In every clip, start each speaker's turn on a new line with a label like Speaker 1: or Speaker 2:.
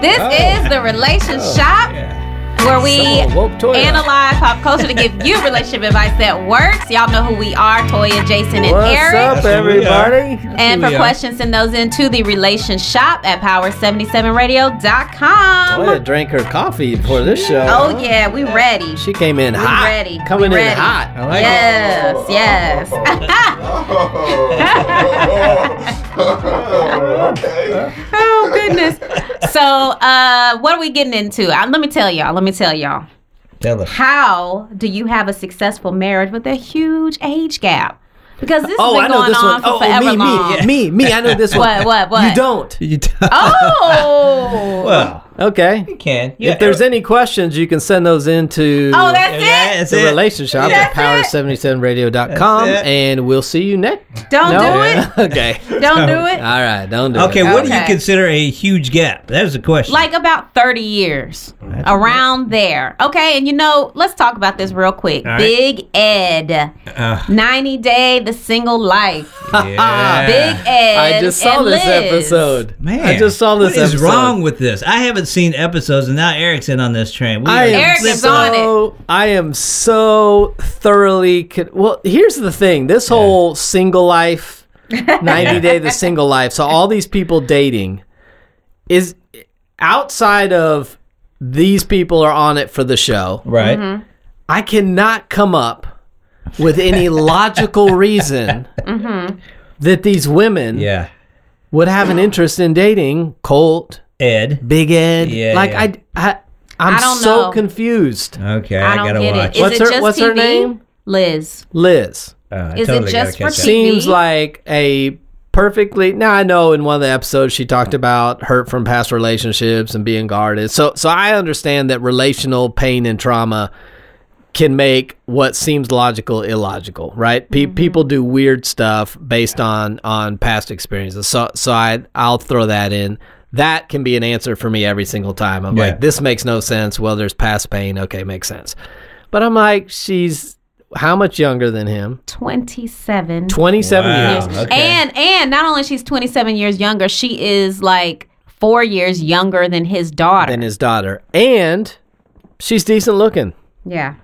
Speaker 1: This
Speaker 2: Oh.
Speaker 1: is the relationship
Speaker 2: Oh,
Speaker 1: shop
Speaker 2: yeah.
Speaker 1: where we
Speaker 2: So, woke Toya.
Speaker 1: analyze pop culture to give you relationship advice that works. Y'all know who we are, Toya, Jason, and
Speaker 2: What's
Speaker 1: Eric.
Speaker 2: up,
Speaker 3: That's who we are.
Speaker 2: everybody?
Speaker 1: And for
Speaker 3: Yeah.
Speaker 1: questions, send those into the relation shop at
Speaker 2: Toya
Speaker 1: power77radio.com.
Speaker 2: drank her coffee for this show.
Speaker 1: Oh, yeah, we ready.
Speaker 2: She came in
Speaker 1: We
Speaker 2: hot.
Speaker 1: ready.
Speaker 2: Coming
Speaker 1: We
Speaker 2: in
Speaker 1: ready.
Speaker 2: hot.
Speaker 3: I like
Speaker 1: Yes, yes.
Speaker 4: okay.
Speaker 1: oh, goodness. So, uh, what are we getting into? Uh, let me tell y'all. Let me tell y'all.
Speaker 3: it. Tell us.
Speaker 1: How do you have a successful marriage with a huge age gap? Because this
Speaker 2: Oh, I
Speaker 1: has been
Speaker 2: know
Speaker 1: going
Speaker 2: this
Speaker 1: on
Speaker 2: one.
Speaker 1: for
Speaker 2: Oh, oh,
Speaker 1: forever
Speaker 2: me,
Speaker 1: long.
Speaker 2: me, me, me. I know this
Speaker 1: What,
Speaker 2: one.
Speaker 1: what, what?
Speaker 2: You don't.
Speaker 3: You tell-
Speaker 1: Oh.
Speaker 3: well,
Speaker 2: Okay.
Speaker 3: you can. Yeah,
Speaker 2: if there's any questions, you can send those into
Speaker 1: Oh, that's
Speaker 3: Yeah,
Speaker 1: it.
Speaker 3: that's
Speaker 2: the
Speaker 3: it.
Speaker 2: relationship at
Speaker 1: That's
Speaker 2: power77radio.com,
Speaker 3: That's it.
Speaker 2: and we'll see you next.
Speaker 1: Don't do
Speaker 2: Yeah.
Speaker 1: it.
Speaker 2: okay.
Speaker 1: Don't do it.
Speaker 2: All right. Don't do
Speaker 3: Okay,
Speaker 2: it.
Speaker 3: what do you
Speaker 1: Okay.
Speaker 3: consider a huge gap? That was the question.
Speaker 1: like about 30 years around there okay and you know let's talk about this real quick
Speaker 3: All right.
Speaker 1: big ed
Speaker 2: Uh-huh.
Speaker 3: Uh,
Speaker 1: 90 day the single life
Speaker 3: yeah.
Speaker 1: big ed
Speaker 2: I just saw
Speaker 1: and
Speaker 2: this
Speaker 1: Liz.
Speaker 2: episode.
Speaker 3: Man,
Speaker 2: I just saw this
Speaker 3: What is
Speaker 2: episode.
Speaker 3: wrong with this? I haven't seen episodes, and now Eric's in on this train. We
Speaker 2: I
Speaker 3: are
Speaker 2: am
Speaker 1: Eric is
Speaker 3: flipping-
Speaker 1: on it.
Speaker 2: so, I am so thoroughly. Con- well, here's the thing. This whole single life, ninety day the single life. So all these people dating is outside of these people are on it for the show.
Speaker 3: Right.
Speaker 1: Mm-hmm.
Speaker 2: I cannot come up with any logical reason that these women
Speaker 3: Mm-hmm. Yeah.
Speaker 2: would have an interest in dating Colt,
Speaker 3: Ed.
Speaker 2: Big Ed.
Speaker 3: Yeah,
Speaker 2: like
Speaker 3: yeah.
Speaker 2: I, I, I'm
Speaker 1: I don't
Speaker 2: so
Speaker 1: know.
Speaker 2: confused.
Speaker 3: Okay,
Speaker 1: i
Speaker 3: I,
Speaker 1: don't
Speaker 3: gotta
Speaker 1: get it
Speaker 3: watch.
Speaker 1: is
Speaker 2: What's
Speaker 1: it
Speaker 2: her-
Speaker 1: just
Speaker 2: what's
Speaker 1: TV?
Speaker 2: her name?
Speaker 1: liz
Speaker 2: Liz
Speaker 3: Oh, I
Speaker 1: Is it
Speaker 3: totally gotta
Speaker 1: just for
Speaker 3: catch up.
Speaker 1: TV?
Speaker 2: seems like a perfectly. Now I know in one of the episodes she talked about hurt from past relationships and being guarded. So so I understand that relational pain and trauma can make what seems logical illogical, right? Pe- People do weird stuff based on on past experiences. So so I I'll throw that in. That can be an answer for me every single time. I'm
Speaker 3: Yeah.
Speaker 2: like, this makes no sense. Well, there's past pain. Okay, makes sense. But I'm like, she's how much younger than him?
Speaker 1: 27
Speaker 2: 27
Speaker 3: Wow.
Speaker 2: years.
Speaker 3: Okay.
Speaker 1: and and not only she's 27 years younger she is like four years younger than his daughter
Speaker 2: than his daughter. And she's decent looking.
Speaker 1: yeah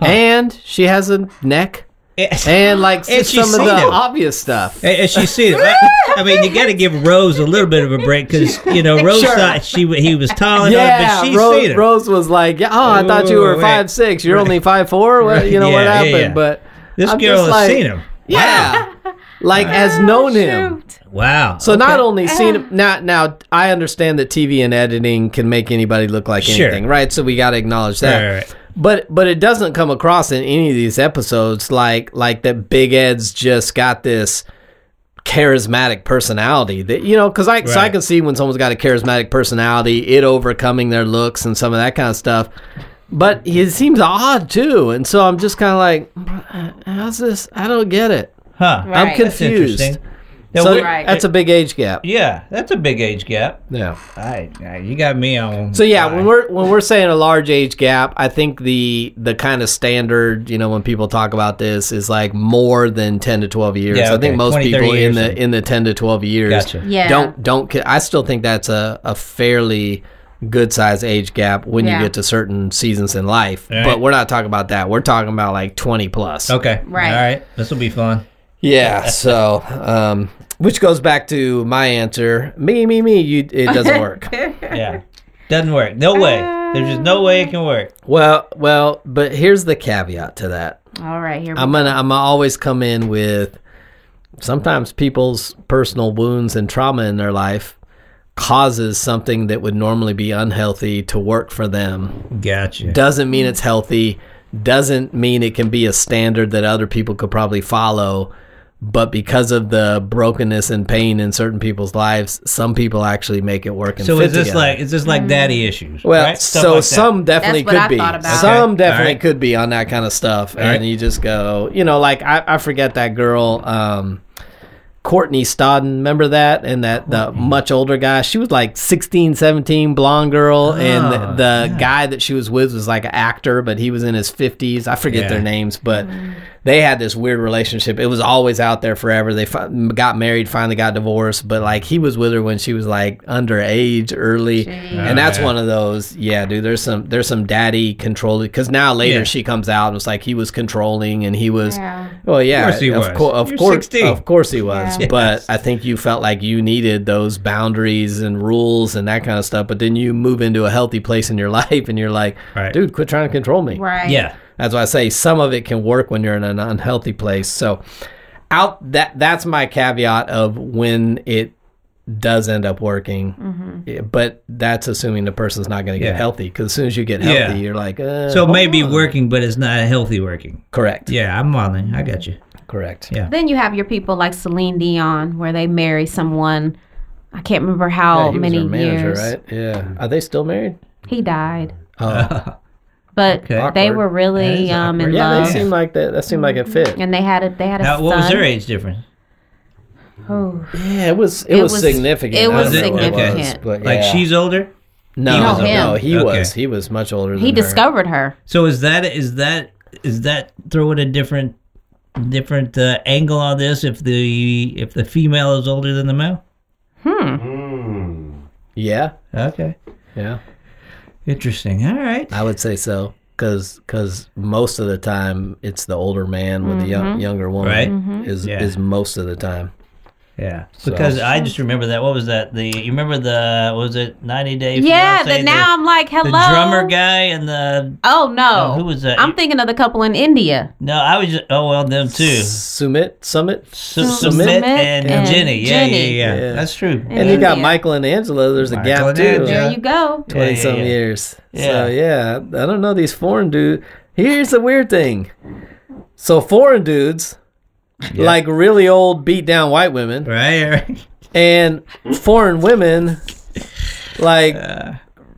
Speaker 2: And she has a neck. And like
Speaker 3: And
Speaker 2: just
Speaker 3: she's
Speaker 2: some of
Speaker 3: seen
Speaker 2: the
Speaker 3: him.
Speaker 2: obvious stuff.
Speaker 3: And, uh, and she's seen it. I, I mean, you got to give Rose a little bit of a break because you know Rose
Speaker 2: Sure.
Speaker 3: thought she w- he was tall enough,
Speaker 2: Yeah,
Speaker 3: but she's
Speaker 2: Rose,
Speaker 3: seen it.
Speaker 2: Rose was like, "Yeah, "Oh, I thought you
Speaker 3: Ooh,
Speaker 2: were
Speaker 3: wait.
Speaker 2: five six. You're only five four. What,
Speaker 3: Right.
Speaker 2: you know what
Speaker 3: Yeah, yeah,
Speaker 2: happened?"
Speaker 3: yeah.
Speaker 2: But
Speaker 3: this
Speaker 2: I'm
Speaker 3: girl
Speaker 2: just
Speaker 3: has
Speaker 2: like-
Speaker 3: seen him.
Speaker 2: yeah, like has known him.
Speaker 1: Shoot.
Speaker 3: Wow.
Speaker 2: So not
Speaker 3: Okay.
Speaker 2: only seen him now. Now I understand that TV and editing can make anybody look like
Speaker 3: Sure.
Speaker 2: anything, right? So we got to acknowledge that.
Speaker 3: Right, right, right.
Speaker 2: But but it doesn't come across in any of these episodes like like that Big Ed's just got this charismatic personality that you know because I so I
Speaker 3: Right.
Speaker 2: can see when someone's got a charismatic personality it overcoming their looks and some of that kind of stuff. But he seems odd too, and so I'm just kind of like, how's this? I don't get it.
Speaker 3: huh?
Speaker 1: Right.
Speaker 2: I'm
Speaker 3: That's
Speaker 2: confused.
Speaker 3: interesting. Now,
Speaker 2: So
Speaker 3: we're-
Speaker 1: Right.
Speaker 2: that's a big age gap.
Speaker 3: Yeah, that's a big age gap.
Speaker 2: Yeah.
Speaker 3: I, I you got me on.
Speaker 2: So yeah, when we're when we're saying a large age gap, I think the the kind of standard, you know, when people talk about this is like more than ten to twelve years.
Speaker 3: Yeah,
Speaker 2: I think
Speaker 3: okay.
Speaker 2: most
Speaker 3: 20, 30
Speaker 2: people in
Speaker 3: years
Speaker 2: the
Speaker 3: then.
Speaker 2: in the ten to twelve years
Speaker 3: Gotcha.
Speaker 1: Yeah.
Speaker 2: don't don't. ca- I still think that's a a fairly good size age gap when
Speaker 1: Yeah.
Speaker 2: you get to certain seasons in life.
Speaker 3: All right.
Speaker 2: But we're not talking about that. We're talking about like twenty plus.
Speaker 3: Okay.
Speaker 1: Right.
Speaker 3: All right. This will be fun.
Speaker 2: Yeah. So, um, which goes back to my answer: me, me, me. You, it doesn't work.
Speaker 3: Yeah. Doesn't work. No way. There's just no way it can work.
Speaker 2: well, well, but here's the caveat to that.
Speaker 1: all right here we
Speaker 3: Um,
Speaker 2: I'm gonna I'm gonna always come in with sometimes people's personal wounds and trauma in their life causes something that would normally be unhealthy to work for them.
Speaker 3: Gotcha.
Speaker 2: Doesn't mean it's healthy, doesn't mean it can be a standard that other people could probably follow. But because of the brokenness and pain in certain people's lives, some people actually make it work. And
Speaker 3: so
Speaker 2: fit
Speaker 3: is this
Speaker 2: together.
Speaker 3: like is this
Speaker 1: Mm-hmm.
Speaker 3: like daddy issues?
Speaker 2: Well,
Speaker 3: right? Stuff
Speaker 2: so
Speaker 3: like that.
Speaker 2: some definitely
Speaker 1: That's what I
Speaker 2: could be.
Speaker 1: thought about.
Speaker 2: Some
Speaker 3: Okay.
Speaker 2: definitely
Speaker 3: All right.
Speaker 2: could be on that kind of stuff, and
Speaker 3: right.
Speaker 2: you just go, you know, like I, I forget that girl, um, Courtney Stodden. Remember that? And that the much older guy. She was like 16, 17, blonde girl, and the,
Speaker 3: Ah,
Speaker 2: the guy that she was with was like an actor, but he was in his fifties. I forget
Speaker 3: Yeah.
Speaker 1: Mm.
Speaker 2: their names, but they had this weird relationship. It was always out there forever. They fi- got married, finally got divorced, but like he was with her when she was like underage, early, and that's
Speaker 4: yeah.
Speaker 2: one of those. Yeah, dude. There's some there's some daddy controlling because now later
Speaker 3: Yeah.
Speaker 2: she comes out and it's like he was controlling and he was.
Speaker 5: Yeah.
Speaker 2: Well, yeah,
Speaker 3: course he
Speaker 2: of,
Speaker 3: was.
Speaker 2: cour- of
Speaker 3: You're
Speaker 2: course,
Speaker 3: 16.
Speaker 2: of course he was.
Speaker 5: Yeah.
Speaker 2: But I think you felt like you needed those boundaries and rules and that kind of stuff. But then you move into a healthy place in your life, and you're like,
Speaker 3: Right.
Speaker 2: dude, quit trying to control me.
Speaker 5: Right.
Speaker 3: Yeah.
Speaker 2: That's why I say some of it can work when you're in an unhealthy place. So, out that that's my caveat of when it does end up working.
Speaker 1: Mm-hmm.
Speaker 2: Yeah, But that's assuming the person's not going to get
Speaker 3: Yeah.
Speaker 2: healthy. Because as soon as you get healthy,
Speaker 3: Yeah.
Speaker 2: you're like, uh,
Speaker 3: So it may
Speaker 2: hold
Speaker 3: be
Speaker 2: on.
Speaker 3: working, but it's not a healthy working.
Speaker 2: Correct.
Speaker 3: Yeah, I'm modeling. I got you.
Speaker 2: Correct.
Speaker 3: Yeah.
Speaker 1: Then you have your people like Celine Dion, where they marry someone. I can't remember how
Speaker 2: Yeah, he was
Speaker 1: Oh, many
Speaker 2: her manager,
Speaker 1: years
Speaker 2: right? Yeah. Are they still married?
Speaker 1: he died,
Speaker 2: Oh,
Speaker 3: Uh,
Speaker 1: but
Speaker 3: Okay.
Speaker 1: they
Speaker 2: Awkward.
Speaker 1: were
Speaker 3: That
Speaker 1: really
Speaker 3: is
Speaker 1: um,
Speaker 3: awkward.
Speaker 1: in
Speaker 2: yeah.
Speaker 1: love,
Speaker 2: They seemed like that. That seemed like it fit.
Speaker 1: and they had a they had a
Speaker 3: How,
Speaker 1: son.
Speaker 3: what was their age difference?
Speaker 1: Oh,
Speaker 2: Yeah, it was. It,
Speaker 1: It
Speaker 2: was,
Speaker 1: was-
Speaker 2: significant.
Speaker 1: it
Speaker 2: I don't
Speaker 1: was
Speaker 2: know what
Speaker 1: significant.
Speaker 2: but
Speaker 3: Like
Speaker 2: yeah.
Speaker 3: she's older.
Speaker 2: no,
Speaker 3: he
Speaker 2: no,
Speaker 1: was older.
Speaker 2: he
Speaker 3: Okay.
Speaker 2: was. He was much older.
Speaker 1: he
Speaker 2: than her.
Speaker 1: discovered her.
Speaker 3: So is that is that is that throwing a different different uh, angle on this? If the if the female is older than the male.
Speaker 2: Yeah,
Speaker 3: Okay.
Speaker 2: yeah.
Speaker 3: Interesting. All right.
Speaker 2: I would say so because most of the time it's the older man with the young, younger woman
Speaker 3: Right.
Speaker 2: is
Speaker 3: Yeah.
Speaker 2: is most of the time.
Speaker 3: Yeah. Because I just remember that. What was that? The you remember the what was it 90 Day?
Speaker 1: Yeah,
Speaker 3: Fiancé,
Speaker 1: then now I'm like,
Speaker 3: the,
Speaker 1: hello.
Speaker 3: the drummer guy and the
Speaker 1: Oh no,
Speaker 3: Oh, who was that?
Speaker 1: I'm thinking of the couple in India.
Speaker 3: no. I was just oh well them too.
Speaker 2: Summit, Summit,
Speaker 3: Su-
Speaker 1: Submit
Speaker 3: Submit and,
Speaker 1: and
Speaker 3: Jenny. Yeah,
Speaker 1: Jenny.
Speaker 3: yeah, yeah,
Speaker 2: Yeah.
Speaker 3: That's true.
Speaker 2: and you got
Speaker 1: India.
Speaker 2: Michael and Angela. There's a
Speaker 3: Michael
Speaker 2: gap
Speaker 3: and
Speaker 2: too.
Speaker 3: Angela.
Speaker 1: There you go.
Speaker 3: Yeah, yeah,
Speaker 2: 20 some
Speaker 3: yeah.
Speaker 2: years.
Speaker 3: Yeah.
Speaker 2: So yeah, I don't know these foreign dudes. Here's the weird thing. So foreign dudes like really old beat down white women
Speaker 3: Right. right.
Speaker 2: and foreign women like
Speaker 3: Uh,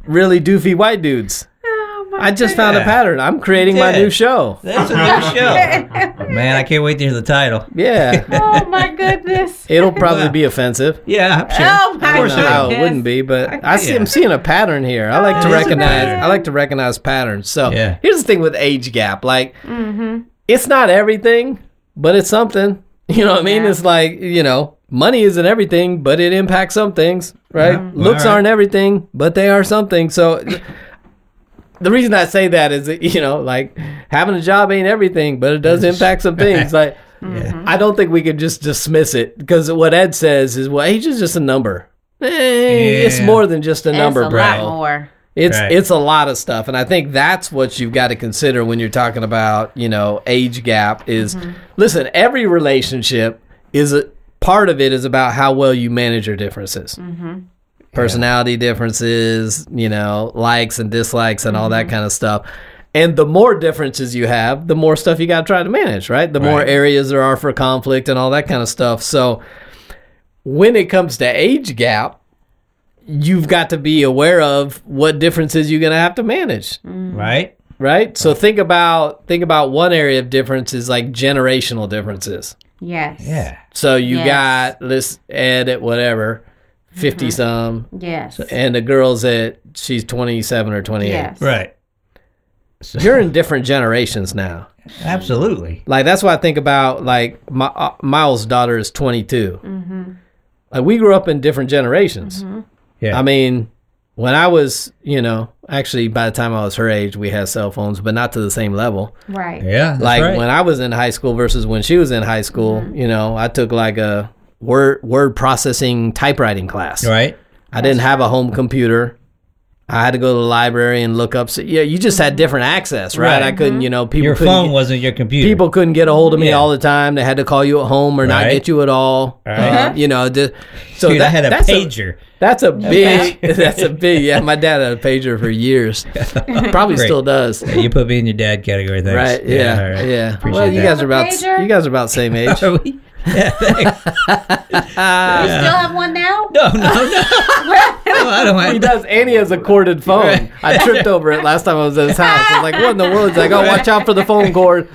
Speaker 2: really doofy white dudes.
Speaker 1: Oh,
Speaker 2: I just found a
Speaker 3: Yeah.
Speaker 2: pattern. I'm creating my
Speaker 3: did.
Speaker 2: new show.
Speaker 3: That's a new show. Man, I can't wait to hear the title.
Speaker 2: Yeah.
Speaker 1: Oh my goodness.
Speaker 2: It'll probably be offensive.
Speaker 3: Yeah, I'm sure.
Speaker 1: Oh my
Speaker 2: I don't know how it
Speaker 1: goodness.
Speaker 2: wouldn't be, but I see
Speaker 3: yeah.
Speaker 2: I'm seeing a pattern here. I like to
Speaker 3: It is a
Speaker 2: recognize
Speaker 3: pattern.
Speaker 2: I like to recognize patterns. So
Speaker 3: Yeah. Mm-hmm.
Speaker 2: here's the thing with age gap. Like it's not everything, but it's something. You know what I mean?
Speaker 1: Yeah.
Speaker 2: It's like, you know, money isn't everything, but it impacts some things, right? Looks
Speaker 3: Alright.
Speaker 2: aren't everything, but they are something. So the reason I say that is, that, you know, like having a job ain't everything, but it does impact some things. Like, I don't think we could just dismiss it because what Ed says is, well, age is just a number. Eh, It's
Speaker 3: Yeah.
Speaker 2: more than just a number,
Speaker 1: it's a
Speaker 2: bro.
Speaker 1: lot more.
Speaker 2: It's
Speaker 3: Right.
Speaker 2: it's a lot of stuff, and I think that's what you've got to consider when you're talking about you know age gap. Is listen, every relationship is a part of it is about how well you manage your differences, personality differences, you know, likes and dislikes, and all that kind of stuff. And the more differences you have, the more stuff you got to try to manage, right? The more
Speaker 3: Right.
Speaker 2: areas there are for conflict and all that kind of stuff. So when it comes to age gap, you've got to be aware of what differences you're going to have to manage
Speaker 3: Right?
Speaker 2: right so think about think about one area of difference is like generational differences
Speaker 1: Yes.
Speaker 3: Yeah.
Speaker 2: so you
Speaker 1: Yes.
Speaker 2: got this ed at whatever 50
Speaker 1: Uh-huh.
Speaker 2: some
Speaker 1: Yes.
Speaker 2: and the girl's at she's 27 or 28
Speaker 1: yes.
Speaker 3: Right.
Speaker 2: you're in different generations now
Speaker 3: Absolutely.
Speaker 2: Like that's why I think about like my uh, Miles' daughter is 22. Like we grew up in different generations.
Speaker 3: Yeah.
Speaker 2: I mean, when I was, you know, actually by the time I was her age, we had cell phones, but not to the same level.
Speaker 1: Right.
Speaker 3: Yeah. that's
Speaker 2: like
Speaker 3: right.
Speaker 2: when I was in high school versus when she was in high school, you know, I took like a word word processing typewriting class.
Speaker 3: Right.
Speaker 2: I didn't have a home computer. I had to go to the library and look up. So, yeah, you just had different access, right?
Speaker 3: Right.
Speaker 2: I couldn't, you know, people
Speaker 3: Your
Speaker 2: couldn't
Speaker 3: phone
Speaker 2: get-
Speaker 3: wasn't your computer.
Speaker 2: people couldn't get a hold of me
Speaker 3: Yeah.
Speaker 2: all the time. They had to call you at home or not
Speaker 3: Right.
Speaker 2: get you at all.
Speaker 3: Right. Uh-huh.
Speaker 2: Uh, you know, just, so
Speaker 3: Dude,
Speaker 2: that,
Speaker 3: I had a
Speaker 2: that's
Speaker 3: pager.
Speaker 2: that's a big. that's a big. Yeah, my dad had a pager for years. Probably
Speaker 3: Great.
Speaker 2: still does.
Speaker 3: you put me in your dad category, thanks.
Speaker 2: Right? Yeah. Yeah.
Speaker 3: Appreciate
Speaker 2: Well, you
Speaker 3: that.
Speaker 2: guys are about.
Speaker 1: Pager?
Speaker 2: You guys are about same age. Uh,
Speaker 3: Are we? Yeah, thanks.
Speaker 1: You still have one now?
Speaker 3: No, no, no. no I don't
Speaker 2: He
Speaker 3: have
Speaker 2: does, and he has a corded phone. I tripped over it last time I was at his house. I was like, "What in the world?" He's like, "Oh, watch out for the phone cord."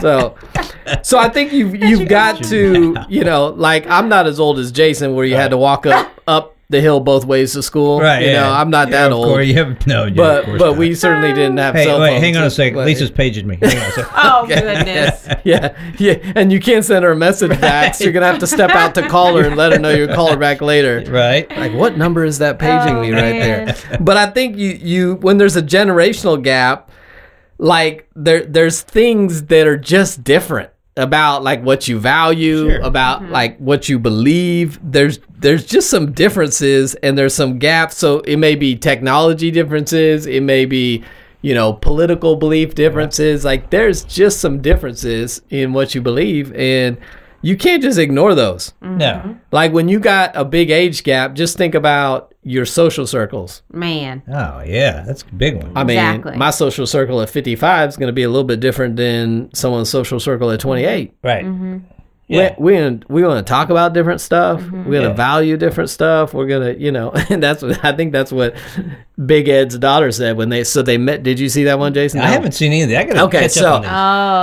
Speaker 2: So, so I think you've you've got to, you know, like I'm not as old as Jason, where you had to walk up up the hill both ways to school.
Speaker 3: Right.
Speaker 2: You
Speaker 3: yeah.
Speaker 2: know, I'm not
Speaker 3: Yeah,
Speaker 2: that
Speaker 3: of
Speaker 2: old.
Speaker 3: Course, you have, no, yeah, of
Speaker 2: but
Speaker 3: course
Speaker 2: but
Speaker 3: not.
Speaker 2: we certainly didn't have
Speaker 3: Hey,
Speaker 2: cell
Speaker 3: wait,
Speaker 2: phones.
Speaker 3: hang on a second.
Speaker 2: Like-
Speaker 3: Lisa's paging me. Hang on a second.
Speaker 1: Oh goodness.
Speaker 2: Yeah, yeah, and you can't send her a message back. So you're gonna have to step out to call her and let her know you'll call her back later.
Speaker 3: Right.
Speaker 2: Like, what number is that paging
Speaker 1: Oh,
Speaker 2: me right
Speaker 1: man.
Speaker 2: there? But I think you you when there's a generational gap, like there there's things that are just different about like what you value,
Speaker 3: Sure.
Speaker 2: about
Speaker 1: Mm-hmm.
Speaker 2: like what you believe. There's there's just some differences and there's some gaps. So it may be technology differences, it may be you know political belief differences. Like there's just some differences in what you believe and you can't just ignore those.
Speaker 3: No.
Speaker 2: Like when you got a big age gap, just think about your social circles.
Speaker 1: Man.
Speaker 3: Oh yeah, that's a big one.
Speaker 2: I mean,
Speaker 1: Exactly.
Speaker 2: my social circle at 55 is going to be a little bit different than someone's social circle at 28.
Speaker 3: right.
Speaker 2: Yeah.
Speaker 3: Yeah.
Speaker 2: We we we want to talk about different stuff. We're going to
Speaker 3: Yeah.
Speaker 2: value different stuff. We're going to, you know, and that's what I think that's what Big Ed's daughter said when they so they met. Did you see that one, Jason?
Speaker 3: I
Speaker 2: No.
Speaker 3: haven't seen any of that. I gotta
Speaker 2: Okay,
Speaker 3: catch
Speaker 2: so-
Speaker 3: up on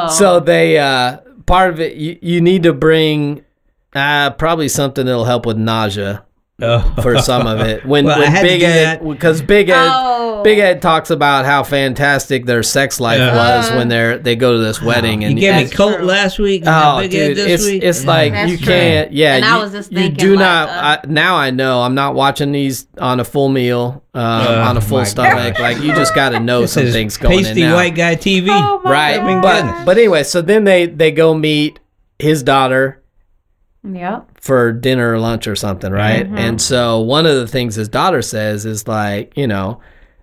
Speaker 3: this.
Speaker 1: Oh.
Speaker 2: So they uh part of it you, you need to bring uh probably something that'll help with nausea.
Speaker 3: Oh.
Speaker 2: for some of it. When,
Speaker 3: Well, I
Speaker 2: when
Speaker 3: had to
Speaker 2: Big
Speaker 3: do
Speaker 2: Ed,
Speaker 3: that.
Speaker 2: because Big Ed,
Speaker 1: Oh.
Speaker 2: Big Ed talks about how fantastic their sex life
Speaker 3: Yeah.
Speaker 2: was
Speaker 1: Uh-huh.
Speaker 2: when they're they go to this wedding
Speaker 3: you
Speaker 2: and.
Speaker 3: gave me
Speaker 1: That's
Speaker 3: Colt
Speaker 1: true.
Speaker 3: last week. you got
Speaker 2: Oh,
Speaker 3: big Ed
Speaker 2: dude!
Speaker 3: this
Speaker 2: It's
Speaker 3: week.
Speaker 2: it's
Speaker 3: Yeah.
Speaker 2: like
Speaker 1: That's
Speaker 2: you
Speaker 1: true.
Speaker 2: can't. Yeah,
Speaker 1: And
Speaker 2: you,
Speaker 1: I was just
Speaker 2: you
Speaker 1: thinking,
Speaker 2: do
Speaker 1: like,
Speaker 2: not.
Speaker 1: uh,
Speaker 2: I, now I know I'm not watching these on a full meal, um, on a full
Speaker 3: Uh, my
Speaker 2: stomach.
Speaker 3: gosh.
Speaker 2: Like you just got to know
Speaker 3: This
Speaker 2: some
Speaker 3: is
Speaker 2: things going in
Speaker 3: pasty
Speaker 2: now.
Speaker 3: white guy TV.
Speaker 1: Oh, my
Speaker 2: right,
Speaker 1: God.
Speaker 2: but but anyway, so then they they go meet his daughter,
Speaker 1: Yep.
Speaker 2: for dinner or lunch or something, right?
Speaker 1: Mm-hmm.
Speaker 2: And so one of the things his daughter says is like, you know,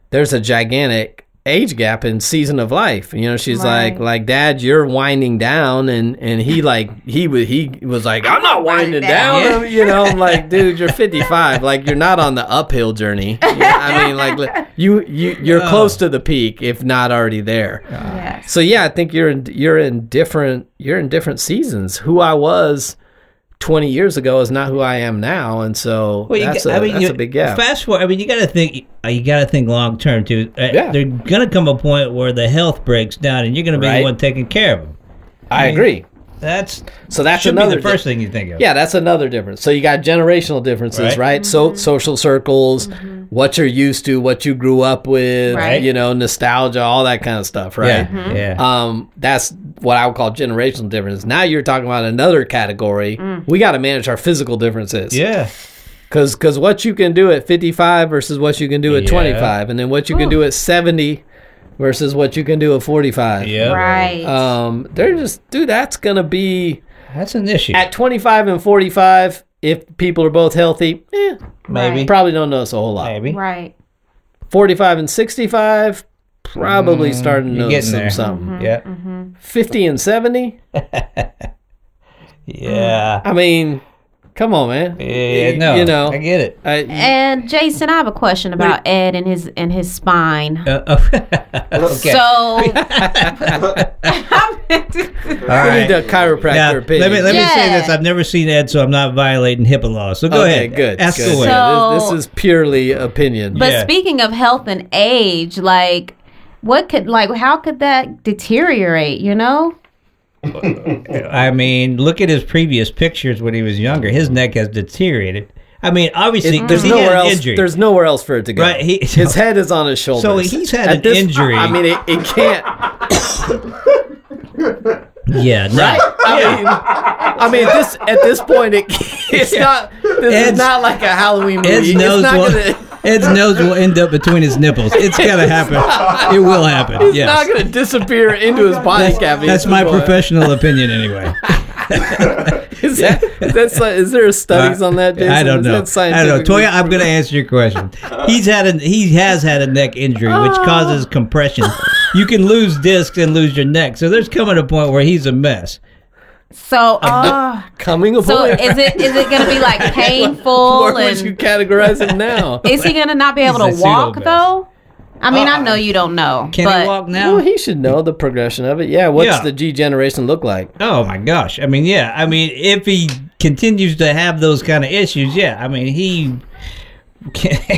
Speaker 2: there's a gigantic age gap in season of life. You know, she's
Speaker 1: Right.
Speaker 2: like, like dad, you're winding down, and and he like he was he was like, I'm not winding down.
Speaker 1: down."
Speaker 2: You know, I'm like, dude, you're 55. Like you're not on the uphill journey. You know, I mean, like li- you you you're
Speaker 3: No.
Speaker 2: close to the peak, if not already there.
Speaker 1: Yes.
Speaker 2: So yeah, I think you're in, you're in different you're in different seasons. Who I was 20 years ago is not who I am now, and so
Speaker 3: Well, you
Speaker 2: that's, a,
Speaker 3: got- I mean,
Speaker 2: that's
Speaker 3: you-
Speaker 2: a big gap.
Speaker 3: Fast forward. I mean, you got to think. uh, You got to think long term too. Uh,
Speaker 2: Yeah.
Speaker 3: There's gonna come a point where the health breaks down, and you're gonna be
Speaker 2: Right.
Speaker 3: the one taking care of them.
Speaker 2: I agree.
Speaker 3: That's
Speaker 2: So that's
Speaker 3: should be
Speaker 2: another
Speaker 3: the first thing you think of.
Speaker 2: Yeah, that's another difference. So you got generational differences, right?
Speaker 3: Right.
Speaker 2: So social circles,
Speaker 3: Mm-hmm.
Speaker 2: what you're used to, what you grew up with,
Speaker 1: Right.
Speaker 2: you know, nostalgia, all that kind of stuff, right?
Speaker 3: Yeah.
Speaker 1: Mm-hmm.
Speaker 3: Yeah.
Speaker 2: Um, that's what I would call generational difference. Now you're talking about another category.
Speaker 3: Mm.
Speaker 2: We got to manage our physical differences.
Speaker 3: yeah.
Speaker 2: Cause, cause what you can do at 55 versus what you can do at
Speaker 3: Yeah.
Speaker 2: 25, and then what you can do at 70 versus what you can do at 45.
Speaker 3: Yeah.
Speaker 1: Right.
Speaker 2: Um, they're just, dude, that's gonna be
Speaker 3: That's an issue.
Speaker 2: at 25 and 45. If people are both healthy, eh,
Speaker 3: maybe.
Speaker 2: probably don't notice a whole lot.
Speaker 3: Maybe.
Speaker 1: right.
Speaker 2: 45 and 65, probably starting to
Speaker 3: Mm, you're
Speaker 2: notice
Speaker 3: getting
Speaker 2: some,
Speaker 3: there.
Speaker 2: something.
Speaker 1: Mm-hmm.
Speaker 3: Yeah.
Speaker 2: 50 and 70.
Speaker 3: Yeah.
Speaker 2: I mean, come on, man.
Speaker 3: Yeah.
Speaker 2: Y-
Speaker 3: No.
Speaker 2: you know,
Speaker 3: I get it.
Speaker 2: I-
Speaker 1: And Jason, I have a question about Ed and his and his spine.
Speaker 3: Uh, oh. okay.
Speaker 1: So
Speaker 3: All
Speaker 2: we
Speaker 3: right.
Speaker 2: need a chiropractor
Speaker 3: Now, let me
Speaker 2: opinion.
Speaker 3: let me say
Speaker 1: Yeah.
Speaker 3: this. I've never seen Ed, so I'm not violating HIPAA law. So go
Speaker 2: okay,
Speaker 3: ahead.
Speaker 2: good.
Speaker 3: Ask
Speaker 2: good.
Speaker 3: away.
Speaker 1: So-
Speaker 2: this, this is purely opinion.
Speaker 1: but
Speaker 3: Yeah.
Speaker 1: speaking of health and age, like what could like how could that deteriorate, you know?
Speaker 3: I mean, look at his previous pictures when he was younger. His neck has deteriorated. I mean, obviously,
Speaker 2: there's
Speaker 3: Mm. he
Speaker 2: nowhere
Speaker 3: had an
Speaker 2: else.
Speaker 3: Injury.
Speaker 2: There's nowhere else for it to go.
Speaker 3: Right, he-
Speaker 2: his head is on his shoulders.
Speaker 3: he's had
Speaker 2: At
Speaker 3: an injury.
Speaker 2: I mean, it, it can't.
Speaker 3: yeah, no.
Speaker 2: I mean, I mean, this at this point, it, it's not. This is
Speaker 3: Ed's-
Speaker 2: not like a Halloween movie.
Speaker 3: Ed's
Speaker 2: It's
Speaker 3: nose
Speaker 2: not
Speaker 3: will.
Speaker 2: gonna-
Speaker 3: Ed's nose will end up between his nipples. It's gonna happen. It will happen.
Speaker 2: It's
Speaker 3: yes.
Speaker 2: not going to disappear into his body cavity.
Speaker 3: That's
Speaker 2: at
Speaker 3: my
Speaker 2: this point.
Speaker 3: professional opinion, anyway.
Speaker 2: Is that, that's like, is there studies on that? Jason?
Speaker 3: Uh, I don't
Speaker 2: Is
Speaker 3: know.
Speaker 2: that
Speaker 3: I don't know.
Speaker 2: scientifically-
Speaker 3: Toya, I'm going to answer your question. He's had an he has had a neck injury, which
Speaker 2: Oh.
Speaker 3: causes compression. You can lose discs and lose your neck. So there's coming a point where he's a mess.
Speaker 1: So uh,
Speaker 2: coming aboard.
Speaker 1: so is it is it gonna be like painful
Speaker 2: Where would
Speaker 1: and
Speaker 2: you categorize him now?
Speaker 1: is he gonna not be able
Speaker 3: He's
Speaker 1: to
Speaker 3: a pseudo
Speaker 1: walk
Speaker 3: mess. Uh,
Speaker 1: though? I mean, I know you don't know.
Speaker 3: Can
Speaker 1: but
Speaker 3: he walk now?
Speaker 2: Well, he should know the progression of it. Yeah, what's
Speaker 3: Yeah.
Speaker 2: the G generation look like?
Speaker 3: Oh my gosh. I mean, yeah. I mean, if he continues to have those kind of issues, yeah. I mean, he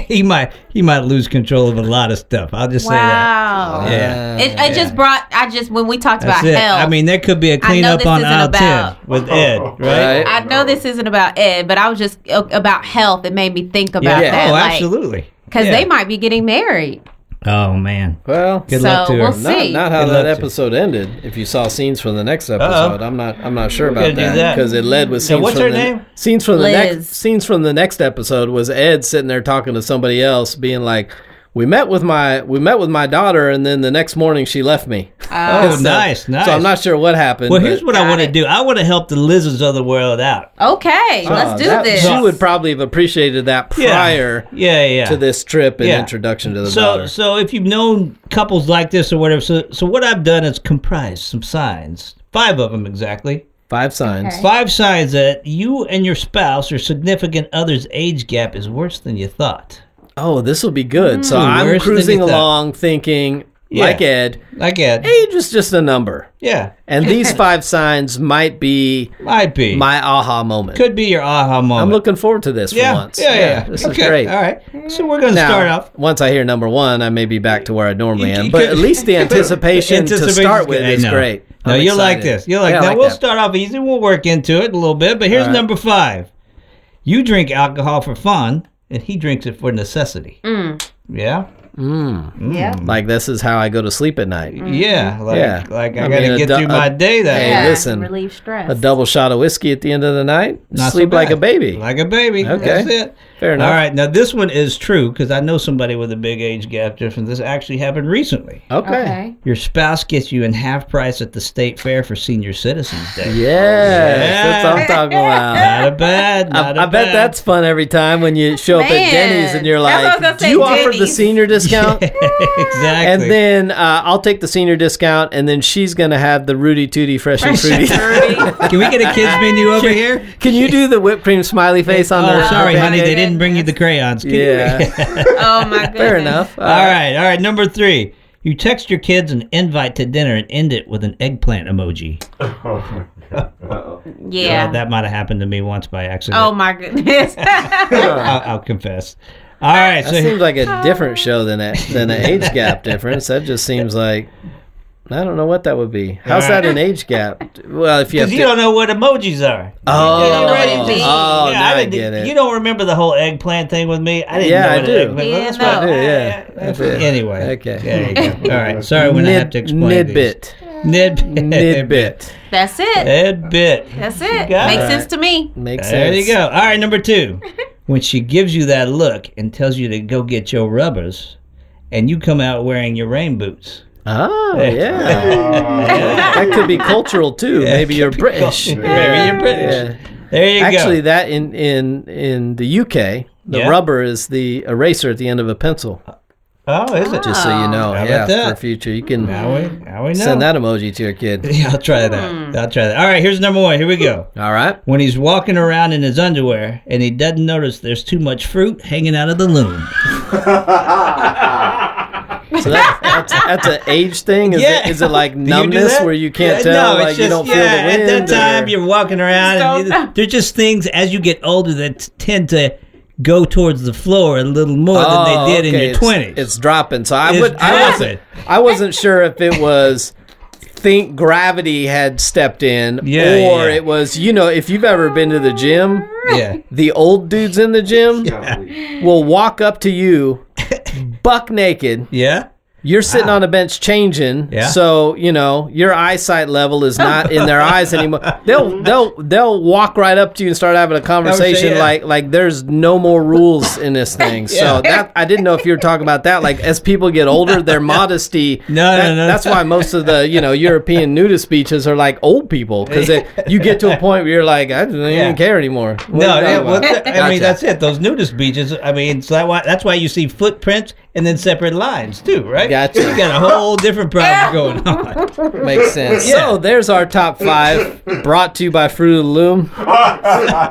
Speaker 3: he might he might lose control of a lot of stuff. I'll just say that.
Speaker 1: Wow.
Speaker 3: Yeah.
Speaker 1: It, it just brought. I just when we talked
Speaker 3: That's
Speaker 1: about
Speaker 3: it.
Speaker 1: health.
Speaker 3: I mean, there could be a cleanup
Speaker 1: this
Speaker 3: on
Speaker 1: isn't
Speaker 3: aisle ten
Speaker 1: about-
Speaker 3: with Ed, right?
Speaker 2: Right.
Speaker 1: I know this isn't about Ed, but I was just uh, about health. It made me think about
Speaker 3: Yeah.
Speaker 1: that.
Speaker 3: oh,
Speaker 1: like,
Speaker 3: absolutely.
Speaker 1: Because
Speaker 3: Yeah.
Speaker 1: they might be getting married.
Speaker 3: Oh man.
Speaker 2: Well,
Speaker 3: Good
Speaker 1: so
Speaker 3: luck to her.
Speaker 1: we'll
Speaker 2: not,
Speaker 1: see.
Speaker 2: not how
Speaker 3: Good
Speaker 2: that
Speaker 3: luck to-
Speaker 2: episode ended. If you saw scenes from the next episode, I'm not I'm not sure
Speaker 3: gotta
Speaker 2: about
Speaker 3: do
Speaker 2: that
Speaker 3: that.
Speaker 2: because it led with
Speaker 3: So
Speaker 2: scenes
Speaker 3: what's
Speaker 2: from
Speaker 3: her
Speaker 2: the,
Speaker 3: name?
Speaker 2: scenes from the next
Speaker 1: Liz.
Speaker 2: scenes from the next episode was Ed sitting there talking to somebody else, being like. We met with my we met with my daughter, and then the next morning she left me.
Speaker 1: Uh,
Speaker 3: Oh,
Speaker 2: So-
Speaker 3: nice, nice.
Speaker 2: So I'm not sure what happened.
Speaker 3: Well,
Speaker 2: but-
Speaker 3: here's what I
Speaker 1: Got
Speaker 3: want to
Speaker 1: it.
Speaker 3: do. I want to help the lizards of the world out.
Speaker 1: Okay,
Speaker 2: Oh,
Speaker 1: let's do
Speaker 2: that-
Speaker 1: this.
Speaker 2: She would probably have appreciated that
Speaker 3: Yeah.
Speaker 2: prior
Speaker 3: Yeah, yeah.
Speaker 2: to this trip and
Speaker 3: Yeah.
Speaker 2: introduction to the
Speaker 3: So,
Speaker 2: daughter.
Speaker 3: so if you've known couples like this or whatever, so, so what I've done is comprised some signs, five of them exactly,
Speaker 2: Five signs.
Speaker 3: five signs that you and your spouse or significant other's age gap is worse than you thought.
Speaker 2: Oh, this will be good. so
Speaker 3: Hmm,
Speaker 2: I'm
Speaker 3: worse than you
Speaker 2: cruising
Speaker 3: thought.
Speaker 2: along, thinking
Speaker 3: Yeah.
Speaker 2: like Ed,
Speaker 3: I get,
Speaker 2: age is just a number.
Speaker 3: yeah,
Speaker 2: And these five signs might be
Speaker 3: might be,
Speaker 2: my aha moment.
Speaker 3: could be your aha moment.
Speaker 2: I'm looking forward to this
Speaker 3: yeah,
Speaker 2: for once.
Speaker 3: yeah, yeah, yeah.
Speaker 2: This
Speaker 3: okay,
Speaker 2: is great.
Speaker 3: All right, so we're gonna
Speaker 2: Now,
Speaker 3: start off.
Speaker 2: once I hear number one, I may be back to where I normally
Speaker 3: You-
Speaker 2: am.
Speaker 3: you
Speaker 2: But
Speaker 3: could-
Speaker 2: at least the anticipation to
Speaker 3: Anticipation's
Speaker 2: start
Speaker 3: good.
Speaker 2: with
Speaker 3: I
Speaker 2: is
Speaker 3: know.
Speaker 2: great.
Speaker 3: No,
Speaker 2: I'm
Speaker 3: you like
Speaker 2: excited.
Speaker 3: this. You like
Speaker 2: Yeah, I
Speaker 3: that. we'll
Speaker 2: that.
Speaker 3: start off easy. We'll work into it a little bit. But here's
Speaker 2: All right.
Speaker 3: number five: you drink alcohol for fun, and he drinks it for necessity. Yeah,
Speaker 1: Yeah.
Speaker 2: Like this is how I go to sleep at night.
Speaker 3: yeah, like
Speaker 2: Yeah.
Speaker 3: like I,
Speaker 2: I
Speaker 3: gotta
Speaker 2: mean, a
Speaker 3: get
Speaker 2: du-
Speaker 3: through my
Speaker 2: a-
Speaker 3: day that
Speaker 2: Hey,
Speaker 3: way.
Speaker 1: yeah.
Speaker 2: listen,
Speaker 1: relieve stress.
Speaker 2: A double shot of whiskey at the end of the night.
Speaker 3: Not so
Speaker 2: sleep like
Speaker 3: bad.
Speaker 2: a baby.
Speaker 3: Like a baby.
Speaker 2: Okay.
Speaker 3: That's it.
Speaker 2: Fair enough.
Speaker 3: All right. Now this one is true because I know somebody with a big age gap difference. This actually happened recently.
Speaker 2: okay.
Speaker 1: okay.
Speaker 3: Your spouse gets you in half price at the state fair for senior citizens day.
Speaker 2: Yes, that's what I'm talking about.
Speaker 3: Not a bad.
Speaker 2: I,
Speaker 3: Not a
Speaker 2: I bet
Speaker 3: bad.
Speaker 2: that's fun every time when you show up at
Speaker 1: Man,
Speaker 2: Denny's and you're
Speaker 1: that's what I was
Speaker 2: like,
Speaker 1: gonna
Speaker 2: "Do
Speaker 1: say,
Speaker 2: you offer the
Speaker 1: Denny's."
Speaker 2: senior discount?"
Speaker 3: exactly.
Speaker 2: And then uh, I'll take the senior discount, and then she's gonna have the Rudy Tooty Fresh and Fruity.
Speaker 3: Can we get a kids menu over here?
Speaker 2: Can you do the whipped cream smiley face on
Speaker 3: Oh,
Speaker 2: the?
Speaker 3: sorry,
Speaker 2: the
Speaker 3: honey, they
Speaker 2: pancake?
Speaker 3: didn't bring you the crayons. Can you-
Speaker 2: Yeah,
Speaker 1: oh my goodness.
Speaker 2: fair enough.
Speaker 3: All right, all right. Number three, you text your kids an invite to dinner and end it with an eggplant emoji.
Speaker 1: Yeah.
Speaker 3: Uh, that might have happened to me once by accident.
Speaker 1: oh my goodness.
Speaker 3: I'll, I'll confess. All right,
Speaker 2: Uh, That
Speaker 3: so
Speaker 2: seems like a different show than a, than an age gap difference. That just seems like I don't know what that would be. How's that an age gap? Well, if you have
Speaker 3: because
Speaker 2: to,
Speaker 3: you don't know what emojis are.
Speaker 2: oh,
Speaker 1: don't know what it
Speaker 2: oh,
Speaker 1: means.
Speaker 2: now
Speaker 3: Yeah,
Speaker 2: I,
Speaker 3: didn't-
Speaker 2: get it.
Speaker 3: You don't remember the whole eggplant thing with me? I didn't
Speaker 2: Yeah,
Speaker 3: know
Speaker 2: I
Speaker 3: what
Speaker 2: do.
Speaker 3: an eggplant
Speaker 1: Yeah,
Speaker 3: was. That's
Speaker 1: no.
Speaker 2: I
Speaker 3: why-
Speaker 2: do, yeah.
Speaker 3: That's-
Speaker 2: I do.
Speaker 3: Anyway,
Speaker 2: Okay.
Speaker 3: There you go. All right, sorry when I have to
Speaker 2: Nid,
Speaker 3: explain these.
Speaker 2: nidbit,
Speaker 3: Nidbit.
Speaker 2: nidbit.
Speaker 1: That's it.
Speaker 3: Nidbit.
Speaker 1: That's it.
Speaker 3: got
Speaker 1: Makes
Speaker 3: it.
Speaker 1: sense to me.
Speaker 2: Makes
Speaker 3: There
Speaker 2: sense.
Speaker 3: you go. All right, number two. when she gives you that look and tells you to go get your rubbers, and you come out wearing your rain boots.
Speaker 2: Oh yeah, that could be cultural too. Maybe you're British.
Speaker 3: Maybe you're British. There you
Speaker 2: Actually,
Speaker 3: go.
Speaker 2: that in in in the UK, the
Speaker 3: Yeah.
Speaker 2: rubber is the eraser at the end of a pencil.
Speaker 3: Oh, is it?
Speaker 2: Just so you know,
Speaker 3: How about
Speaker 2: yeah,
Speaker 3: that?
Speaker 2: for future you can
Speaker 3: Now we, now we know.
Speaker 2: send that Hmm. emoji to your kid.
Speaker 3: Yeah, I'll try that. I'll try that. All right, here's number one. Here we go.
Speaker 2: All right.
Speaker 3: When he's walking around in his underwear and he doesn't notice there's too much fruit hanging out of the loom.
Speaker 2: So that, that's that's an age thing. Is,
Speaker 3: Yeah.
Speaker 2: it, is it like
Speaker 3: Do you do
Speaker 2: numbness
Speaker 3: that?
Speaker 2: where you can't
Speaker 3: Yeah,
Speaker 2: tell,
Speaker 3: no, it's
Speaker 2: like you
Speaker 3: just-
Speaker 2: don't
Speaker 3: yeah,
Speaker 2: feel the wind?
Speaker 3: At that time,
Speaker 2: or-
Speaker 3: you're walking around. And
Speaker 1: Just
Speaker 3: you,
Speaker 1: don't-
Speaker 3: they're just things as you get older that t- tend to go towards the floor a little more
Speaker 2: Oh,
Speaker 3: than they did
Speaker 2: okay,
Speaker 3: in your
Speaker 2: it's-
Speaker 3: twenties.
Speaker 2: It's dropping. So I
Speaker 3: It's
Speaker 2: would. I wasn't.
Speaker 3: dropping.
Speaker 2: I wasn't sure if it was. Think gravity had stepped in,
Speaker 3: Yeah,
Speaker 2: or
Speaker 3: yeah.
Speaker 2: it was. You know, if you've ever been to the gym,
Speaker 3: yeah.
Speaker 2: the old dudes in the gym will walk up to you, buck naked.
Speaker 3: Yeah.
Speaker 2: You're sitting on a bench changing,
Speaker 3: Yeah.
Speaker 2: so you know your eyesight level is not in their eyes anymore. They'll they'll they'll walk right up to you and start having a conversation
Speaker 3: Conversation, yeah.
Speaker 2: like like there's no more rules in this thing.
Speaker 3: Yeah.
Speaker 2: So that I didn't know if you were talking about that. Like as people get older, their modesty.
Speaker 3: No, no,
Speaker 2: that-
Speaker 3: no, no.
Speaker 2: That's why most of the you know European nudist speeches are like old people because you get to a point where you're like I don't
Speaker 3: Yeah.
Speaker 2: even care anymore. What
Speaker 3: No,
Speaker 2: are you
Speaker 3: yeah,
Speaker 2: talking
Speaker 3: well,
Speaker 2: about?
Speaker 3: th- I mean
Speaker 2: Gotcha.
Speaker 3: that's it. Those nudist beaches. I mean, so that why, that's why you see footprints and then separate lines too, right?
Speaker 2: Gotcha.
Speaker 3: You got a whole different problem going on.
Speaker 2: Makes sense. So there's our top five, brought to you by Fruit of the Loom.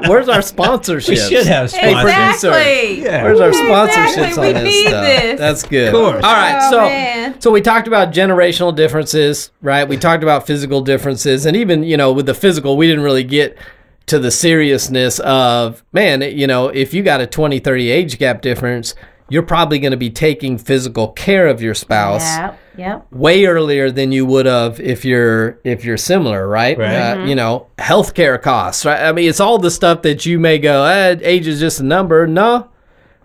Speaker 2: Where's our sponsorship?
Speaker 3: We should have
Speaker 2: Hey,
Speaker 3: sponsors.
Speaker 1: Exactly.
Speaker 3: Yeah.
Speaker 2: Where's our sponsorships
Speaker 1: Exactly, we
Speaker 2: on this
Speaker 1: need
Speaker 2: stuff?
Speaker 1: this.
Speaker 2: That's good. Of
Speaker 3: course.
Speaker 2: All right.
Speaker 1: Oh,
Speaker 2: so
Speaker 1: man.
Speaker 2: so we talked about generational differences, right? We talked about physical differences, and even you know with the physical, we didn't really get to the seriousness of man you know if you got a 20 30 age gap difference you're probably going to be taking physical care of your spouse
Speaker 1: Yep. Yep.
Speaker 2: way earlier than you would have if you're if you're similar, right?
Speaker 3: Right.
Speaker 2: Uh, you know, healthcare costs, right? I mean, it's all the stuff that you may go, eh, age is just a number. No,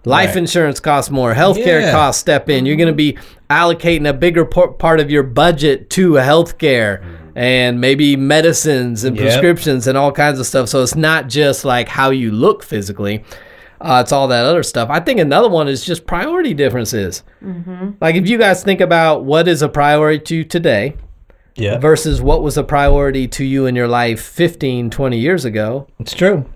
Speaker 2: life
Speaker 3: Right.
Speaker 2: insurance costs more. Healthcare
Speaker 3: Yeah.
Speaker 2: costs step in. You're going to be allocating a bigger por- part of your budget to healthcare and maybe medicines and
Speaker 3: Yep.
Speaker 2: prescriptions and all kinds of stuff. So it's not just like how you look physically. Uh, it's all that other stuff. I think another one is just priority differences. Like if you guys think about what is a priority to you today
Speaker 3: Yeah.
Speaker 2: versus what was a priority to you in your life 15, 20 years ago,
Speaker 3: It's true.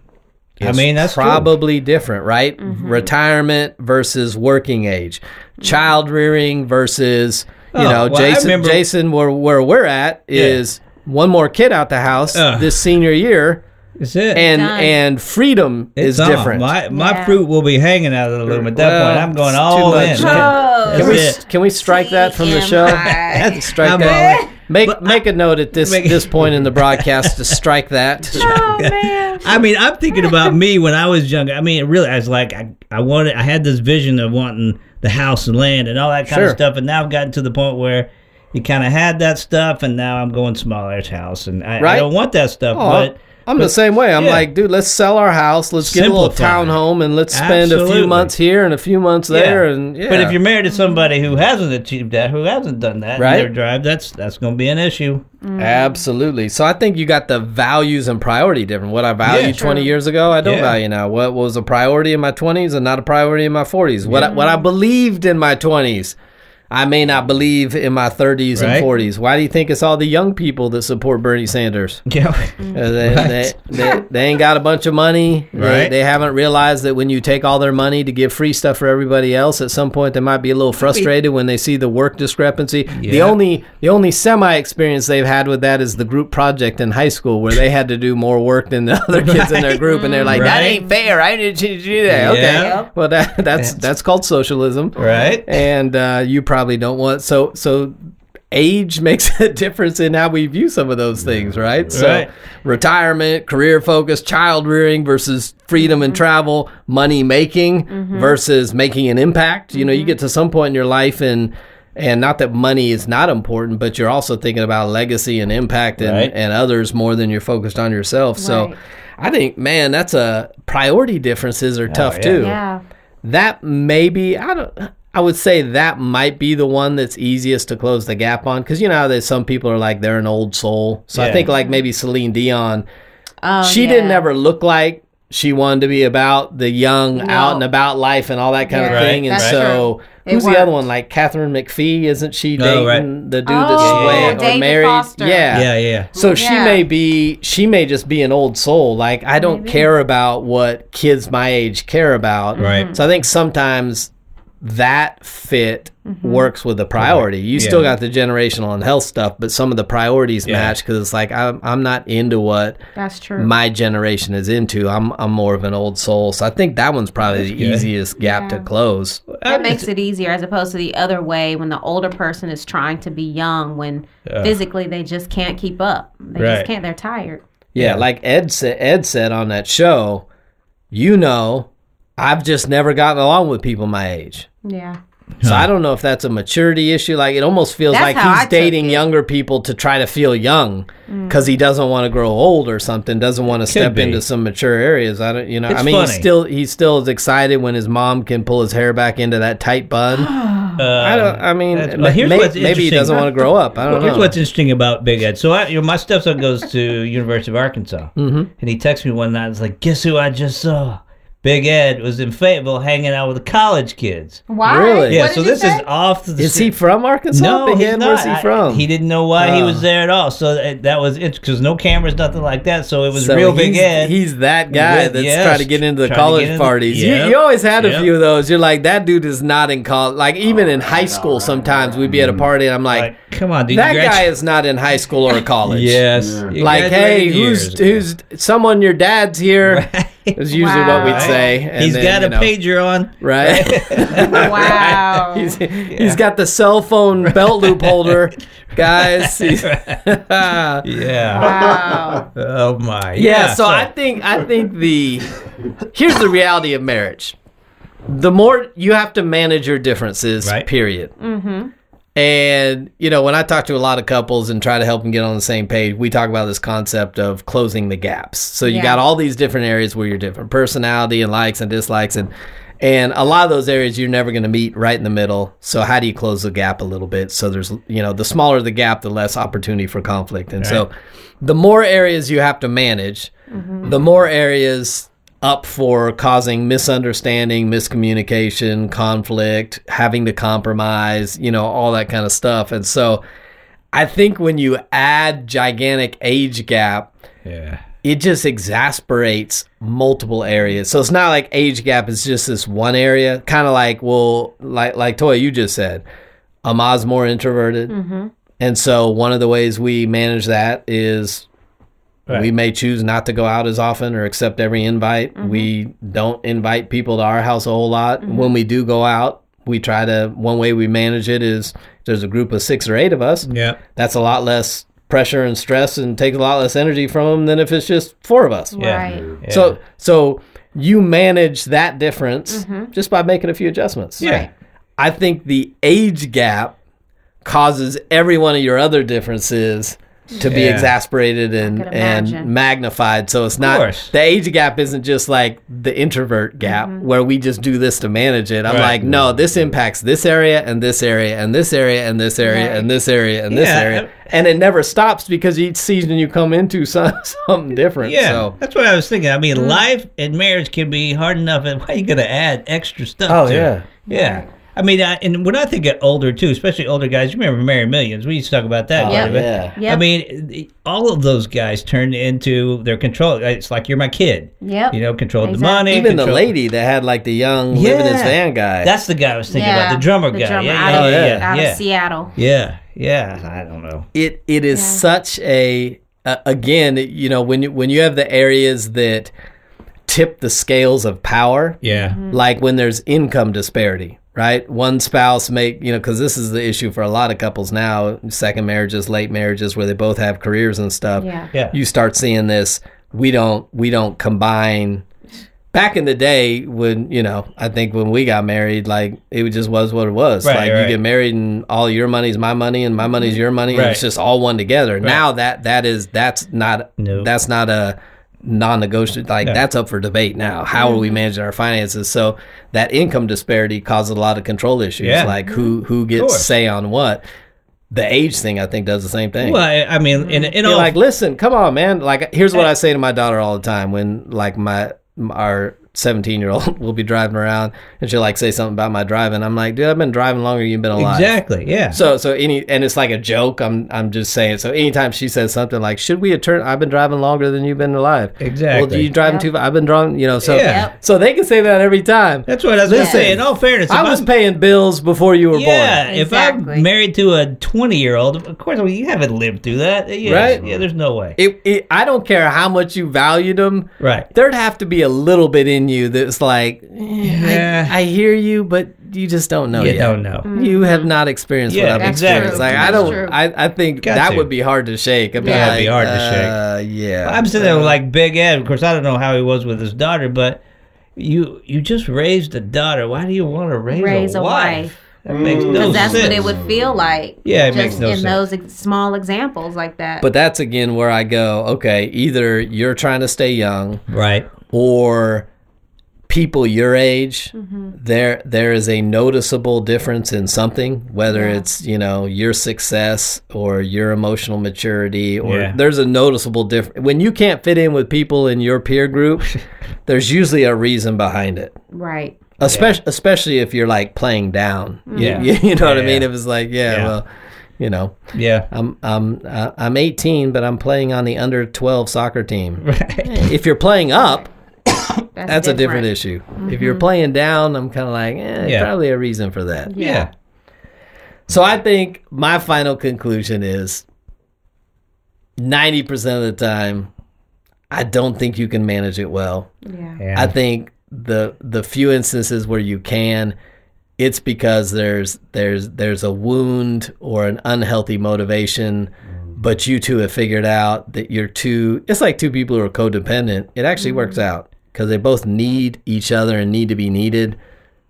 Speaker 3: I
Speaker 2: it's
Speaker 3: mean, that's true.
Speaker 2: probably different, right? Retirement versus working age, child rearing versus you
Speaker 3: Oh,
Speaker 2: know,
Speaker 3: well, I
Speaker 2: Jason.
Speaker 3: remember-
Speaker 2: Jason, where where we're at is one more kid out the house
Speaker 3: Ugh.
Speaker 2: this senior year,
Speaker 3: It's it.
Speaker 2: and
Speaker 1: Done.
Speaker 2: and freedom
Speaker 3: it's
Speaker 2: is
Speaker 3: on.
Speaker 2: different.
Speaker 3: My my
Speaker 1: Yeah.
Speaker 3: fruit will be hanging out of the loom at that
Speaker 2: Well,
Speaker 3: point. I'm going
Speaker 2: it's
Speaker 3: all
Speaker 2: too
Speaker 3: in.
Speaker 2: much.
Speaker 1: Oh.
Speaker 2: can
Speaker 3: That's
Speaker 2: we
Speaker 3: it.
Speaker 2: can we strike that from the show?
Speaker 1: TMI.
Speaker 2: Strike
Speaker 3: I'm
Speaker 2: that.
Speaker 3: all in.
Speaker 2: Make make a note at this
Speaker 3: Make-
Speaker 2: this point in the broadcast to strike that.
Speaker 1: oh man.
Speaker 3: I mean, I'm thinking about me when I was younger. I mean, really, I was like, I, I wanted, I had this vision of wanting the house and land and all that kind
Speaker 2: Sure.
Speaker 3: of stuff. And now I've gotten to the point where you kind of had that stuff, and now I'm going smaller house, and I,
Speaker 2: Right.
Speaker 3: I don't want that stuff.
Speaker 2: Oh,
Speaker 3: but
Speaker 2: I'm the same way. I'm
Speaker 3: yeah.
Speaker 2: like, dude, let's sell our house. Let's get a little
Speaker 3: Simplify.
Speaker 2: townhome and let's spend a few
Speaker 3: Absolutely.
Speaker 2: months here and a few months there.
Speaker 3: Yeah.
Speaker 2: And yeah.
Speaker 3: But if you're married to somebody who hasn't achieved that, who hasn't done that
Speaker 2: Right.
Speaker 3: in their drive, that's that's going to be an issue.
Speaker 1: Mm-hmm.
Speaker 2: absolutely, so I think you got the values and priority different. What I valued
Speaker 3: Yeah.
Speaker 2: 20 years ago, I don't
Speaker 3: Yeah.
Speaker 2: value now. What was a priority in my 20s and not a priority in my 40s. What I, what I believed in my 20s. I may not believe in my 30s
Speaker 3: Right.
Speaker 2: and 40s. Why do you think it's all the young people that support Bernie Sanders?
Speaker 3: Yeah.
Speaker 2: Uh, they,
Speaker 3: Right.
Speaker 2: they, they, they ain't got a bunch of money. They,
Speaker 3: Right.
Speaker 2: they haven't realized that when you take all their money to give free stuff for everybody else, at some point they might be a little frustrated when they see the work discrepancy. The
Speaker 3: Yeah.
Speaker 2: only the only semi experience they've had with that is the group project in high school where they had to do more work than the other kids in their group, and they're like, "That
Speaker 3: Right.
Speaker 2: ain't fair. I didn't choose to do that." Okay,
Speaker 3: Yeah.
Speaker 2: well that, that's that's called socialism,
Speaker 3: Right.
Speaker 2: And uh, you probably don't want so so. Age makes a difference in how we view some of those things, right? So
Speaker 3: Right.
Speaker 2: retirement, career focus, child rearing versus freedom and travel, money making versus making an impact. You know, you get to some point in your life and and not that money is not important, but you're also thinking about legacy and impact and,
Speaker 3: Right.
Speaker 2: and others more than you're focused on yourself. So
Speaker 1: Right.
Speaker 2: I think, man, that's a priority differences are tough
Speaker 3: Oh, yeah.
Speaker 2: too
Speaker 1: Yeah.
Speaker 2: that maybe I don't. I would say that might be the one that's easiest to close the gap on because you know how that some people are like they're an old soul. So I
Speaker 3: Yeah.
Speaker 2: think like maybe Celine Dion,
Speaker 1: Oh,
Speaker 2: she
Speaker 1: yeah.
Speaker 2: didn't ever look like she wanted to be about the young, out and about life and all that kind
Speaker 1: Yeah,
Speaker 2: of thing.
Speaker 1: Right,
Speaker 2: And
Speaker 1: that's
Speaker 2: so
Speaker 1: true. It
Speaker 2: who's the other
Speaker 1: worked.
Speaker 2: one? Like Catherine McPhee, isn't she dating
Speaker 3: Oh, right.
Speaker 2: the dude
Speaker 1: Oh,
Speaker 2: that's way or
Speaker 1: David
Speaker 2: married?
Speaker 1: Foster.
Speaker 3: Yeah, yeah.
Speaker 2: So she
Speaker 1: Yeah.
Speaker 2: may be she may just be an old soul. Like I don't care about what kids my age care about.
Speaker 3: Right.
Speaker 2: So I think sometimes that fit
Speaker 1: Mm-hmm.
Speaker 2: works with the priority. You still
Speaker 3: Yeah.
Speaker 2: got the generational and health stuff, but some of the priorities
Speaker 3: Yeah.
Speaker 2: match because it's like I'm I'm not into what
Speaker 1: That's true.
Speaker 2: my generation is into. I'm I'm more of an old soul. So I think that one's probably the
Speaker 3: good.
Speaker 2: easiest gap to
Speaker 1: Yeah.
Speaker 2: close.
Speaker 1: that makes it easier as opposed to the other way when the older person is trying to be young when
Speaker 3: Yeah.
Speaker 1: physically they just can't keep up. They
Speaker 3: Right.
Speaker 1: just can't. They're tired.
Speaker 2: Yeah, like Ed said, Ed said on that show, you know, I've just never gotten along with people my age.
Speaker 1: Yeah.
Speaker 2: So I don't know if that's a maturity issue. Like it almost feels
Speaker 1: That's
Speaker 2: like
Speaker 1: how I
Speaker 2: he's
Speaker 1: took Mm.
Speaker 2: dating younger people to try to feel young because he doesn't want to grow old or something. Doesn't want to step
Speaker 3: be.
Speaker 2: into some mature areas. I don't. You know. I
Speaker 3: It's
Speaker 2: mean, he's
Speaker 3: funny.
Speaker 2: still he still is excited when his mom can pull his hair back into that tight bun.
Speaker 3: Uh,
Speaker 2: I don't. I mean,
Speaker 3: that's-
Speaker 2: ma-
Speaker 3: well, here's
Speaker 2: may-
Speaker 3: what's
Speaker 2: maybe he
Speaker 3: interesting.
Speaker 2: doesn't want to grow up. I don't
Speaker 3: Well, here's
Speaker 2: know.
Speaker 3: what's interesting about Big Ed. So I, you know, my stepson goes to University of Arkansas, mm-hmm. and he texts me one night. It's like, guess who I just saw? Big Ed was in Fayetteville hanging out with the college kids.
Speaker 1: Why?
Speaker 2: Really?
Speaker 3: Yeah,
Speaker 1: What did
Speaker 3: so
Speaker 1: you
Speaker 3: this
Speaker 1: say?
Speaker 3: is off the.
Speaker 2: is he from Arkansas?
Speaker 3: no,
Speaker 2: Big
Speaker 3: he's
Speaker 2: Ed?
Speaker 3: not.
Speaker 2: Where's he
Speaker 3: I-
Speaker 2: from?
Speaker 3: he didn't know why he
Speaker 2: Oh.
Speaker 3: was there at all. So that, that was it because no cameras, nothing like that. So it was
Speaker 2: So
Speaker 3: real Big
Speaker 2: he's-
Speaker 3: Ed.
Speaker 2: He's that guy
Speaker 3: Yeah,
Speaker 2: that's
Speaker 3: yes.
Speaker 2: trying to get into the
Speaker 3: Trying to
Speaker 2: college
Speaker 3: get in-
Speaker 2: parties.
Speaker 3: Yep.
Speaker 2: You, you always had a
Speaker 3: Yep.
Speaker 2: few of those. You're like, that dude is not in college. Like even in high school, sometimes we'd be at a party and I'm like,
Speaker 3: Mm. like, come on, dude.
Speaker 2: that
Speaker 3: you
Speaker 2: guy
Speaker 3: gradu-
Speaker 2: is not in high school or college.
Speaker 3: Yes. you
Speaker 2: Like, hey,
Speaker 3: graduated
Speaker 2: who's
Speaker 3: years ago.
Speaker 2: who's someone your dad's here? Is usually what we'd
Speaker 1: Wow.
Speaker 2: say. And
Speaker 3: He's
Speaker 2: then,
Speaker 3: got
Speaker 2: you
Speaker 3: a
Speaker 2: know,
Speaker 3: pager on.
Speaker 2: right?
Speaker 1: Wow.
Speaker 2: He's, he's got the cell phone belt loop holder, guys. He's- ah. yeah.
Speaker 3: Yeah.
Speaker 1: Wow.
Speaker 3: Oh my.
Speaker 2: So I think I think the here's the reality of marriage: the more you have to manage your differences,
Speaker 3: Right.
Speaker 2: period. Mm-hmm. And you know, when I talk to a lot of couples and try to help them get on the same page, we talk about this concept of closing the gaps. So you
Speaker 1: Yeah.
Speaker 2: got all these different areas where you're different, personality and likes and dislikes, and and a lot of those areas you're never going to meet right in the middle. So how do you close the gap a little bit? So there's you know, the smaller the gap, the less opportunity for conflict. And so the more areas you have to manage, the more areas up for causing misunderstanding, miscommunication, conflict, having to compromise, you know, all that kind of stuff. And so I think when you add gigantic age gap,
Speaker 3: Yeah.
Speaker 2: it just exasperates multiple areas. So it's not like age gap is just this one area. Kind of like, well, like like Toya, you just said, Ama's more introverted, and so one of the ways we manage that is
Speaker 3: Right.
Speaker 2: we may choose not to go out as often or accept every invite. We don't invite people to our house a whole lot. When we do go out, we try to. One way we manage it is there's a group of six or eight of us
Speaker 3: Yeah.
Speaker 2: that's a lot less pressure and stress and takes a lot less energy from them than if it's just four of us.
Speaker 3: Yeah.
Speaker 1: Right.
Speaker 3: Yeah.
Speaker 2: So so you manage that difference just by making a few adjustments.
Speaker 3: Mm-hmm. Yeah. Right.
Speaker 2: I think the age gap causes every one of your other differences to be
Speaker 3: Yeah.
Speaker 2: exasperated and,
Speaker 1: I could imagine.
Speaker 2: and magnified. So it's
Speaker 3: course. Mm-hmm.
Speaker 2: not the age gap isn't just like the introvert gap where we just do this to manage it. I'm
Speaker 3: Right.
Speaker 2: like, no, this impacts this area and this area and this area and this area
Speaker 1: Right.
Speaker 2: and this area and this
Speaker 3: Yeah,
Speaker 2: area. And it never stops because each season you come into some, something different.
Speaker 3: Yeah,
Speaker 2: So
Speaker 3: that's what I was thinking. I mean, life and marriage can be hard enough, and why are you going to add extra stuff?
Speaker 2: Oh,
Speaker 3: to it?
Speaker 2: yeah.
Speaker 3: yeah. I mean, I, and when I think of older too, especially older guys, you remember Mary Millions? We used to talk about that.
Speaker 2: Oh,
Speaker 3: quite a bit.
Speaker 2: yeah.
Speaker 1: Yep.
Speaker 3: I mean, the- all of those guys turned into their control. uh, It's like you're my kid.
Speaker 1: Yep.
Speaker 3: You know, control the
Speaker 1: Exactly.
Speaker 3: money.
Speaker 2: even the
Speaker 3: control-
Speaker 2: lady that had like the young living his
Speaker 3: Yeah.
Speaker 2: van guy.
Speaker 3: That's the guy I was thinking about, the drummer guy.
Speaker 1: out
Speaker 3: yeah,
Speaker 1: of,
Speaker 3: yeah,
Speaker 2: Oh,
Speaker 3: yeah,
Speaker 1: out
Speaker 3: yeah,
Speaker 1: of Seattle.
Speaker 3: yeah, yeah. I don't know.
Speaker 2: it it is
Speaker 1: Yeah.
Speaker 2: such a uh, again you know when you when you have the areas that tip the scales of power
Speaker 3: Yeah,
Speaker 2: like when there's income disparity right one spouse make you know because this is the issue for a lot of couples now second marriages late marriages where they both have careers and stuff
Speaker 1: Yeah.
Speaker 3: yeah.
Speaker 2: you start seeing this we don't we don't combine back in the day when you know i think when we got married like it just was what it was
Speaker 3: Right,
Speaker 2: like
Speaker 3: right.
Speaker 2: you get married and all your money's my money and my money's your money and it's
Speaker 3: Right.
Speaker 2: just all one together now that that is that's not
Speaker 3: No.
Speaker 2: that's not a non-negotiable like that's up for debate now how are
Speaker 3: Mm-hmm.
Speaker 2: we managing our finances so that income disparity causes a lot of control issues
Speaker 3: Yeah.
Speaker 2: like who who gets
Speaker 3: course.
Speaker 2: say on what the age thing i think does the same thing
Speaker 3: Well, I, I mean, in, in
Speaker 2: you're
Speaker 3: all
Speaker 2: like, listen, come on, man. Like, here's what I say to my daughter all the time when, like, my our 17 year old will be driving around and she'll like say something about my driving. I'm like, dude, I've been driving longer than you've been alive.
Speaker 3: exactly, yeah.
Speaker 2: So, so any, and it's like a joke. I'm, I'm just saying. So, anytime she says something like, "Should we turn?" I've been driving longer than you've been alive. Well,
Speaker 3: Exactly.
Speaker 2: you driving too? fa- I've been driving. You know, so,
Speaker 3: Yeah. Yep.
Speaker 2: so they can say that every time.
Speaker 3: That's what I was going to
Speaker 2: Listen,
Speaker 3: say. In all fairness, if
Speaker 2: I was
Speaker 3: I'm-
Speaker 2: paying bills before you were
Speaker 3: Yeah,
Speaker 2: born.
Speaker 3: if
Speaker 1: Exactly.
Speaker 3: I'm married to a 20 year old, of course, well, you haven't lived through that. Yeah,
Speaker 2: Right.
Speaker 3: Yeah, there's no way.
Speaker 2: It, it, I don't care how much you valued them.
Speaker 3: right.
Speaker 2: there'd have to be a little bit in you that's like, eh,
Speaker 3: Yeah.
Speaker 2: I, I hear you, but you just don't know
Speaker 3: you
Speaker 2: yet.
Speaker 3: don't know.
Speaker 2: You have not experienced what
Speaker 3: Yeah,
Speaker 2: I've
Speaker 3: that's true.
Speaker 2: experienced. Like I
Speaker 1: That's
Speaker 2: don't.
Speaker 1: true.
Speaker 2: I, I think
Speaker 3: Got
Speaker 2: that
Speaker 3: to.
Speaker 2: would be hard to shake. I'd be
Speaker 1: Yeah,
Speaker 2: like,
Speaker 3: it'd be hard to
Speaker 2: uh, Yeah,
Speaker 3: I'm sitting there like Big Ed. Of course, I don't know how he was with his daughter, but you you just raised a daughter. Why do you want to raise,
Speaker 1: Raise
Speaker 3: a,
Speaker 1: a
Speaker 3: wife?
Speaker 1: wife. Mm.
Speaker 3: That makes no sense.
Speaker 1: That's what it would feel like.
Speaker 3: Yeah, it
Speaker 1: just
Speaker 3: makes no
Speaker 1: in
Speaker 3: sense.
Speaker 1: those ex- small examples like that.
Speaker 2: But that's again where I go. Okay, either you're trying to stay young,
Speaker 3: right.
Speaker 2: or people your age, there there is a noticeable difference in something, whether it's you know your success or your emotional maturity, or
Speaker 3: Yeah.
Speaker 2: there's a noticeable difference when you can't fit in with people in your peer group. there's usually a reason behind it,
Speaker 1: right.
Speaker 2: especially especially if you're like playing down. You-
Speaker 3: Yeah.
Speaker 2: you, you know what I
Speaker 3: Yeah,
Speaker 2: mean.
Speaker 3: yeah.
Speaker 2: If it's like, yeah,
Speaker 3: Yeah.
Speaker 2: well, you know.
Speaker 3: Yeah.
Speaker 2: I'm I'm uh, I'm 18, but I'm playing on the under 12 soccer team.
Speaker 3: Right.
Speaker 2: If you're playing up,
Speaker 1: That's,
Speaker 2: that's a different issue. If you're playing down, I'm kind of like, eh,
Speaker 3: Yeah.
Speaker 2: probably a reason for that.
Speaker 3: Yeah.
Speaker 2: So I think my final conclusion is 90% of the time, I don't think you can manage it well.
Speaker 1: Yeah.
Speaker 3: Yeah.
Speaker 2: I think the the few instances where you can, it's because there's there's there's a wound or an unhealthy motivation,
Speaker 3: Mm.
Speaker 2: but you two have figured out that you're two. It's like two people who are codependent. It actually works out because they both need each other and need to be needed.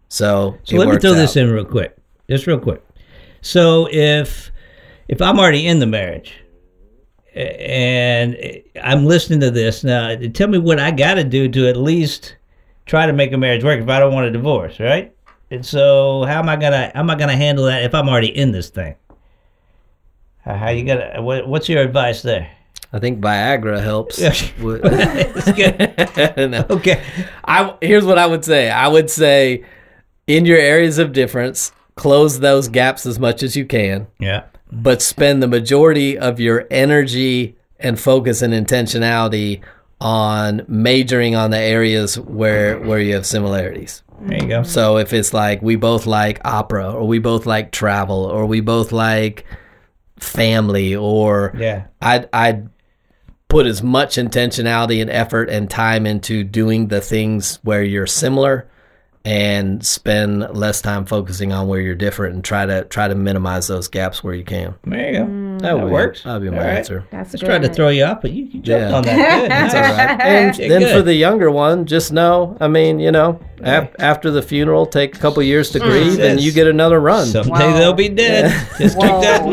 Speaker 2: So,
Speaker 3: So
Speaker 2: it
Speaker 3: let me
Speaker 2: works
Speaker 3: throw
Speaker 2: out.
Speaker 3: this in real quick, just real quick. So if if I'm already in the marriage a- and I'm listening to this now, tell me what I got to do to at least try to make a marriage work if I don't want a divorce, right? And so how am I gonna how am I gonna handle that if I'm already in this thing? How how you gonna? What, what's your advice there?
Speaker 2: I think Viagra helps.
Speaker 3: Yeah.
Speaker 2: with-
Speaker 3: It's good.
Speaker 2: No.
Speaker 3: okay.
Speaker 2: I here's what I would say. I would say, in your areas of difference, close those gaps as much as you can,
Speaker 3: Yeah.
Speaker 2: but spend the majority of your energy and focus and intentionality on majoring on the areas where where you have similarities.
Speaker 3: There you go.
Speaker 2: So if it's like we both like opera, or we both like travel, or we both like family, or
Speaker 3: Yeah.
Speaker 2: I'd I'd put as much intentionality and effort and time into doing the things where you're similar and spend less time focusing on where you're different and try to try to minimize those gaps where you can.
Speaker 3: There you go.
Speaker 2: Mm. That, would be-
Speaker 3: works.
Speaker 2: That'd be my
Speaker 3: All right.
Speaker 2: answer.
Speaker 1: That's
Speaker 3: Just tried to
Speaker 1: good.
Speaker 3: throw you off, but you, you jumped
Speaker 2: Yeah.
Speaker 3: on that. Good.
Speaker 2: That's all right. And
Speaker 3: Yeah,
Speaker 2: then
Speaker 3: good.
Speaker 2: for the younger one, just know, I mean, you know, af- after the funeral, take a couple years to grieve and
Speaker 3: Yes.
Speaker 2: you get another run.
Speaker 3: Someday
Speaker 1: Wow.
Speaker 3: they'll be dead. Just
Speaker 1: Whoa.
Speaker 3: keep that in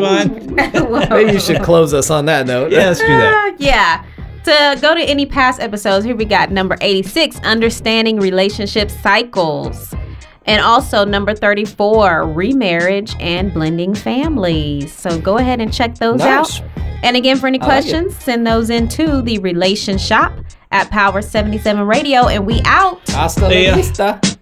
Speaker 3: mind.
Speaker 2: Maybe you should close us on that note.
Speaker 3: Yeah, let's do that.
Speaker 1: Uh, yeah. To go to any past episodes, here we got number 86, Understanding Relationship Cycles. And also number 34, Remarriage and Blending Families. So go ahead and check those
Speaker 2: Nice.
Speaker 1: out. And again, for any
Speaker 2: like it.
Speaker 1: questions, send those into the Relation Shop at Power 77 Radio. And we out.
Speaker 2: Hasta
Speaker 3: See
Speaker 2: la
Speaker 3: ya.
Speaker 2: vista.